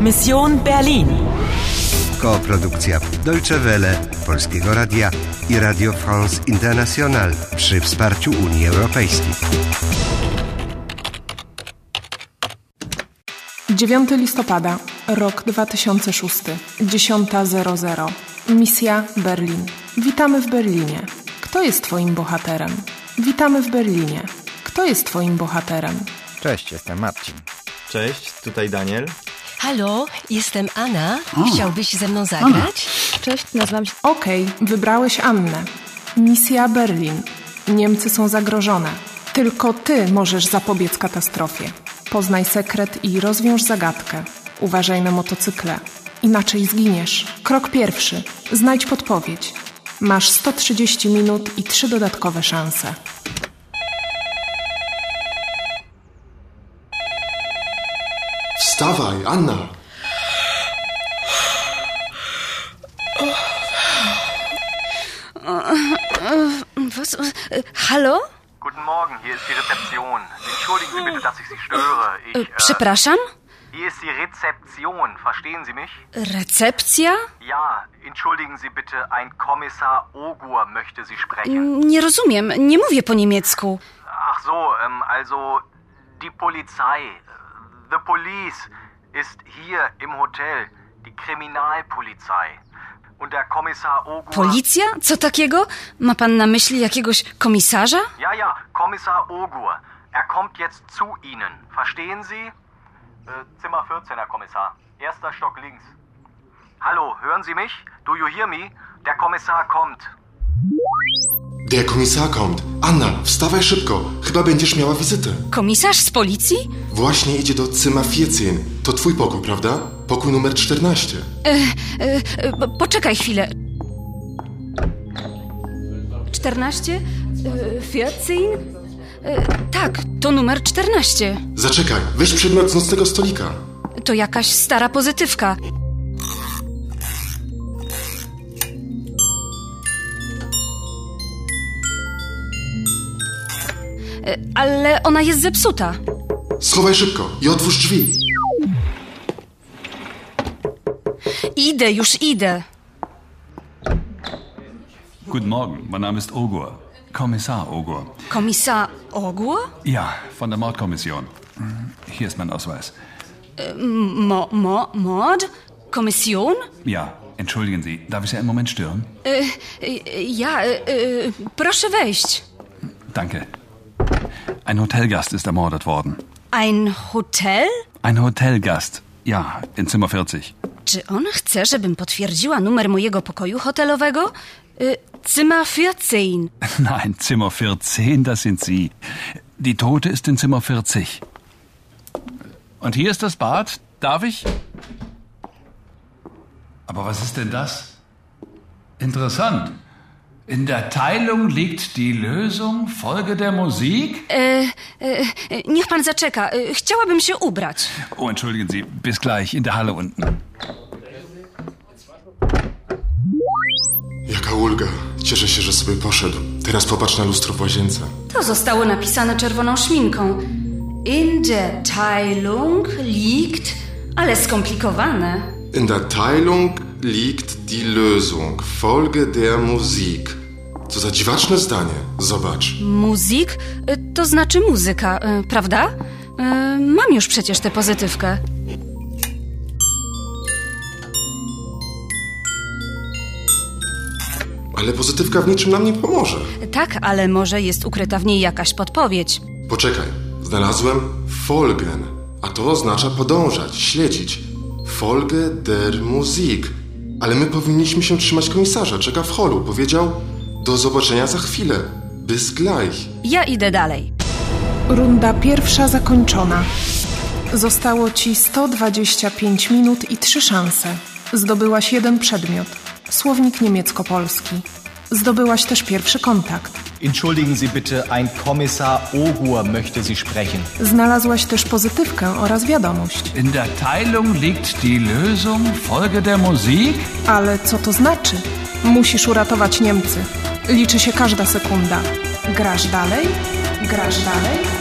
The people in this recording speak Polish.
Mission Berlin. Koprodukcja Deutsche Welle, Polskiego Radia i Radio France International przy wsparciu Unii Europejskiej. 9 listopada, rok 2006, 10.00. Misja Berlin. Witamy w Berlinie. Kto jest Twoim bohaterem? Witamy w Berlinie. Kto jest Twoim bohaterem? Cześć, jestem Marcin. Cześć, tutaj Daniel. Halo, jestem Anna. Chciałbyś ze mną zagrać? Cześć, nazywam się. Okej, wybrałeś Annę. Misja Berlin. Niemcy są zagrożone. Tylko ty możesz zapobiec katastrofie. Poznaj sekret i rozwiąż zagadkę. Uważaj na motocykle. Inaczej zginiesz. Krok pierwszy. Znajdź podpowiedź. Masz 130 minut i trzy dodatkowe szanse. Wstawaj, Anna! Was? Äh, Hallo? Guten Morgen, hier ist die Rezeption. Entschuldigen Sie bitte, dass ich Sie störe. Ich, Äh, äh, Przepraszam? hier ist die Rezeption, verstehen Sie mich? Recepcja? Ja, entschuldigen Sie bitte, ein Kommissar Ogur möchte Sie sprechen. Nie rozumiem, nie mówię po niemiecku. Ach so, ähm, also die Polizei, äh, the police, ist hier im Hotel, die Kriminalpolizei. Und der Kommissar Ogur... Policja? Co takiego? Ma pan na myśli jakiegoś komisarza? Ja, ja, Kommissar Ogur. Er kommt jetzt zu Ihnen. Verstehen Sie? Äh, Zimmer 14, Herr Kommissar. Erster Stock links. Hallo, hören Sie mich? Do you hear me? Der Kommissar kommt. Der Kommissar kommt. Anna, wstawaj szybko. Chyba będziesz miała wizytę. Komisarz z policji? Właśnie idzie do Cyma 14. To twój pokój, prawda? Pokój numer 14. E, e, po- poczekaj chwilę. 14? E, 14? E, tak, to numer 14. Zaczekaj, weź przedmiot z nocnego stolika. To jakaś stara pozytywka. E, Ale ona jest zepsuta. Schowaj szybko i otwórz drzwi. Idę, już idę. Guten Morgen, mein Name ist Ogur. Kommissar Ogur. Komisa Ogło? Ja, von der Mordkommission. Hm, Hier ist mein Ausweis. Mo, mo, mod? Komisjon? Ja, entschuldigen Sie, darf ich Sie einen Moment stören? E, e, ja, e, e, proszę wejść. Danke. Ein Hotelgast ist ermordet worden. Ein Hotel? Ein Hotelgast. Ja, in Zimmer 40. Czy on chce, żebym potwierdziła numer mojego pokoju hotelowego? E, Zimmer 14. Nein, Zimmer 14, das sind Sie. Die Tote ist in Zimmer 40. Und hier ist das Bad. Darf ich? Aber was ist denn das? Interessant. In der Teilung liegt die Lösung, Folge der Musik. E, e, Niech pan zaczeka. E, Chciałabym się ubrać. Oh, entschuldigen Sie, bis gleich in der Halle unten. Jaka ulga. Cieszę się, że sobie poszedł. Teraz popatrz na lustro w łazience. To zostało napisane czerwoną szminką. In der Teilung liegt, ale skomplikowane. In der Teilung liegt die Lösung. Folge der Musik. Co za dziwaczne zdanie. Zobacz. Muzik e, to znaczy muzyka, e, prawda? E, Mam już przecież tę pozytywkę. Ale pozytywka w niczym nam nie pomoże. Tak, ale może jest ukryta w niej jakaś podpowiedź. Poczekaj, znalazłem folgen, a to oznacza podążać, śledzić. Folge der Musik. Ale my powinniśmy się trzymać komisarza, czeka w holu. Powiedział, do zobaczenia za chwilę. Bis gleich. Ja idę dalej. Runda pierwsza zakończona. Zostało ci 125 minut i 3 szanse. Zdobyłaś jeden przedmiot słownik niemiecko-polski. Zdobyłaś też pierwszy kontakt. Entschuldigen Sie bitte, ein Kommissar Ogur möchte Sie sprechen. Znalazłaś też pozytywkę oraz wiadomość. In der Teilung liegt die Lösung, Folge der Musik. Ale co to znaczy? Musisz uratować Niemcy. Liczy się każda sekunda. Grasz dalej, grasz dalej.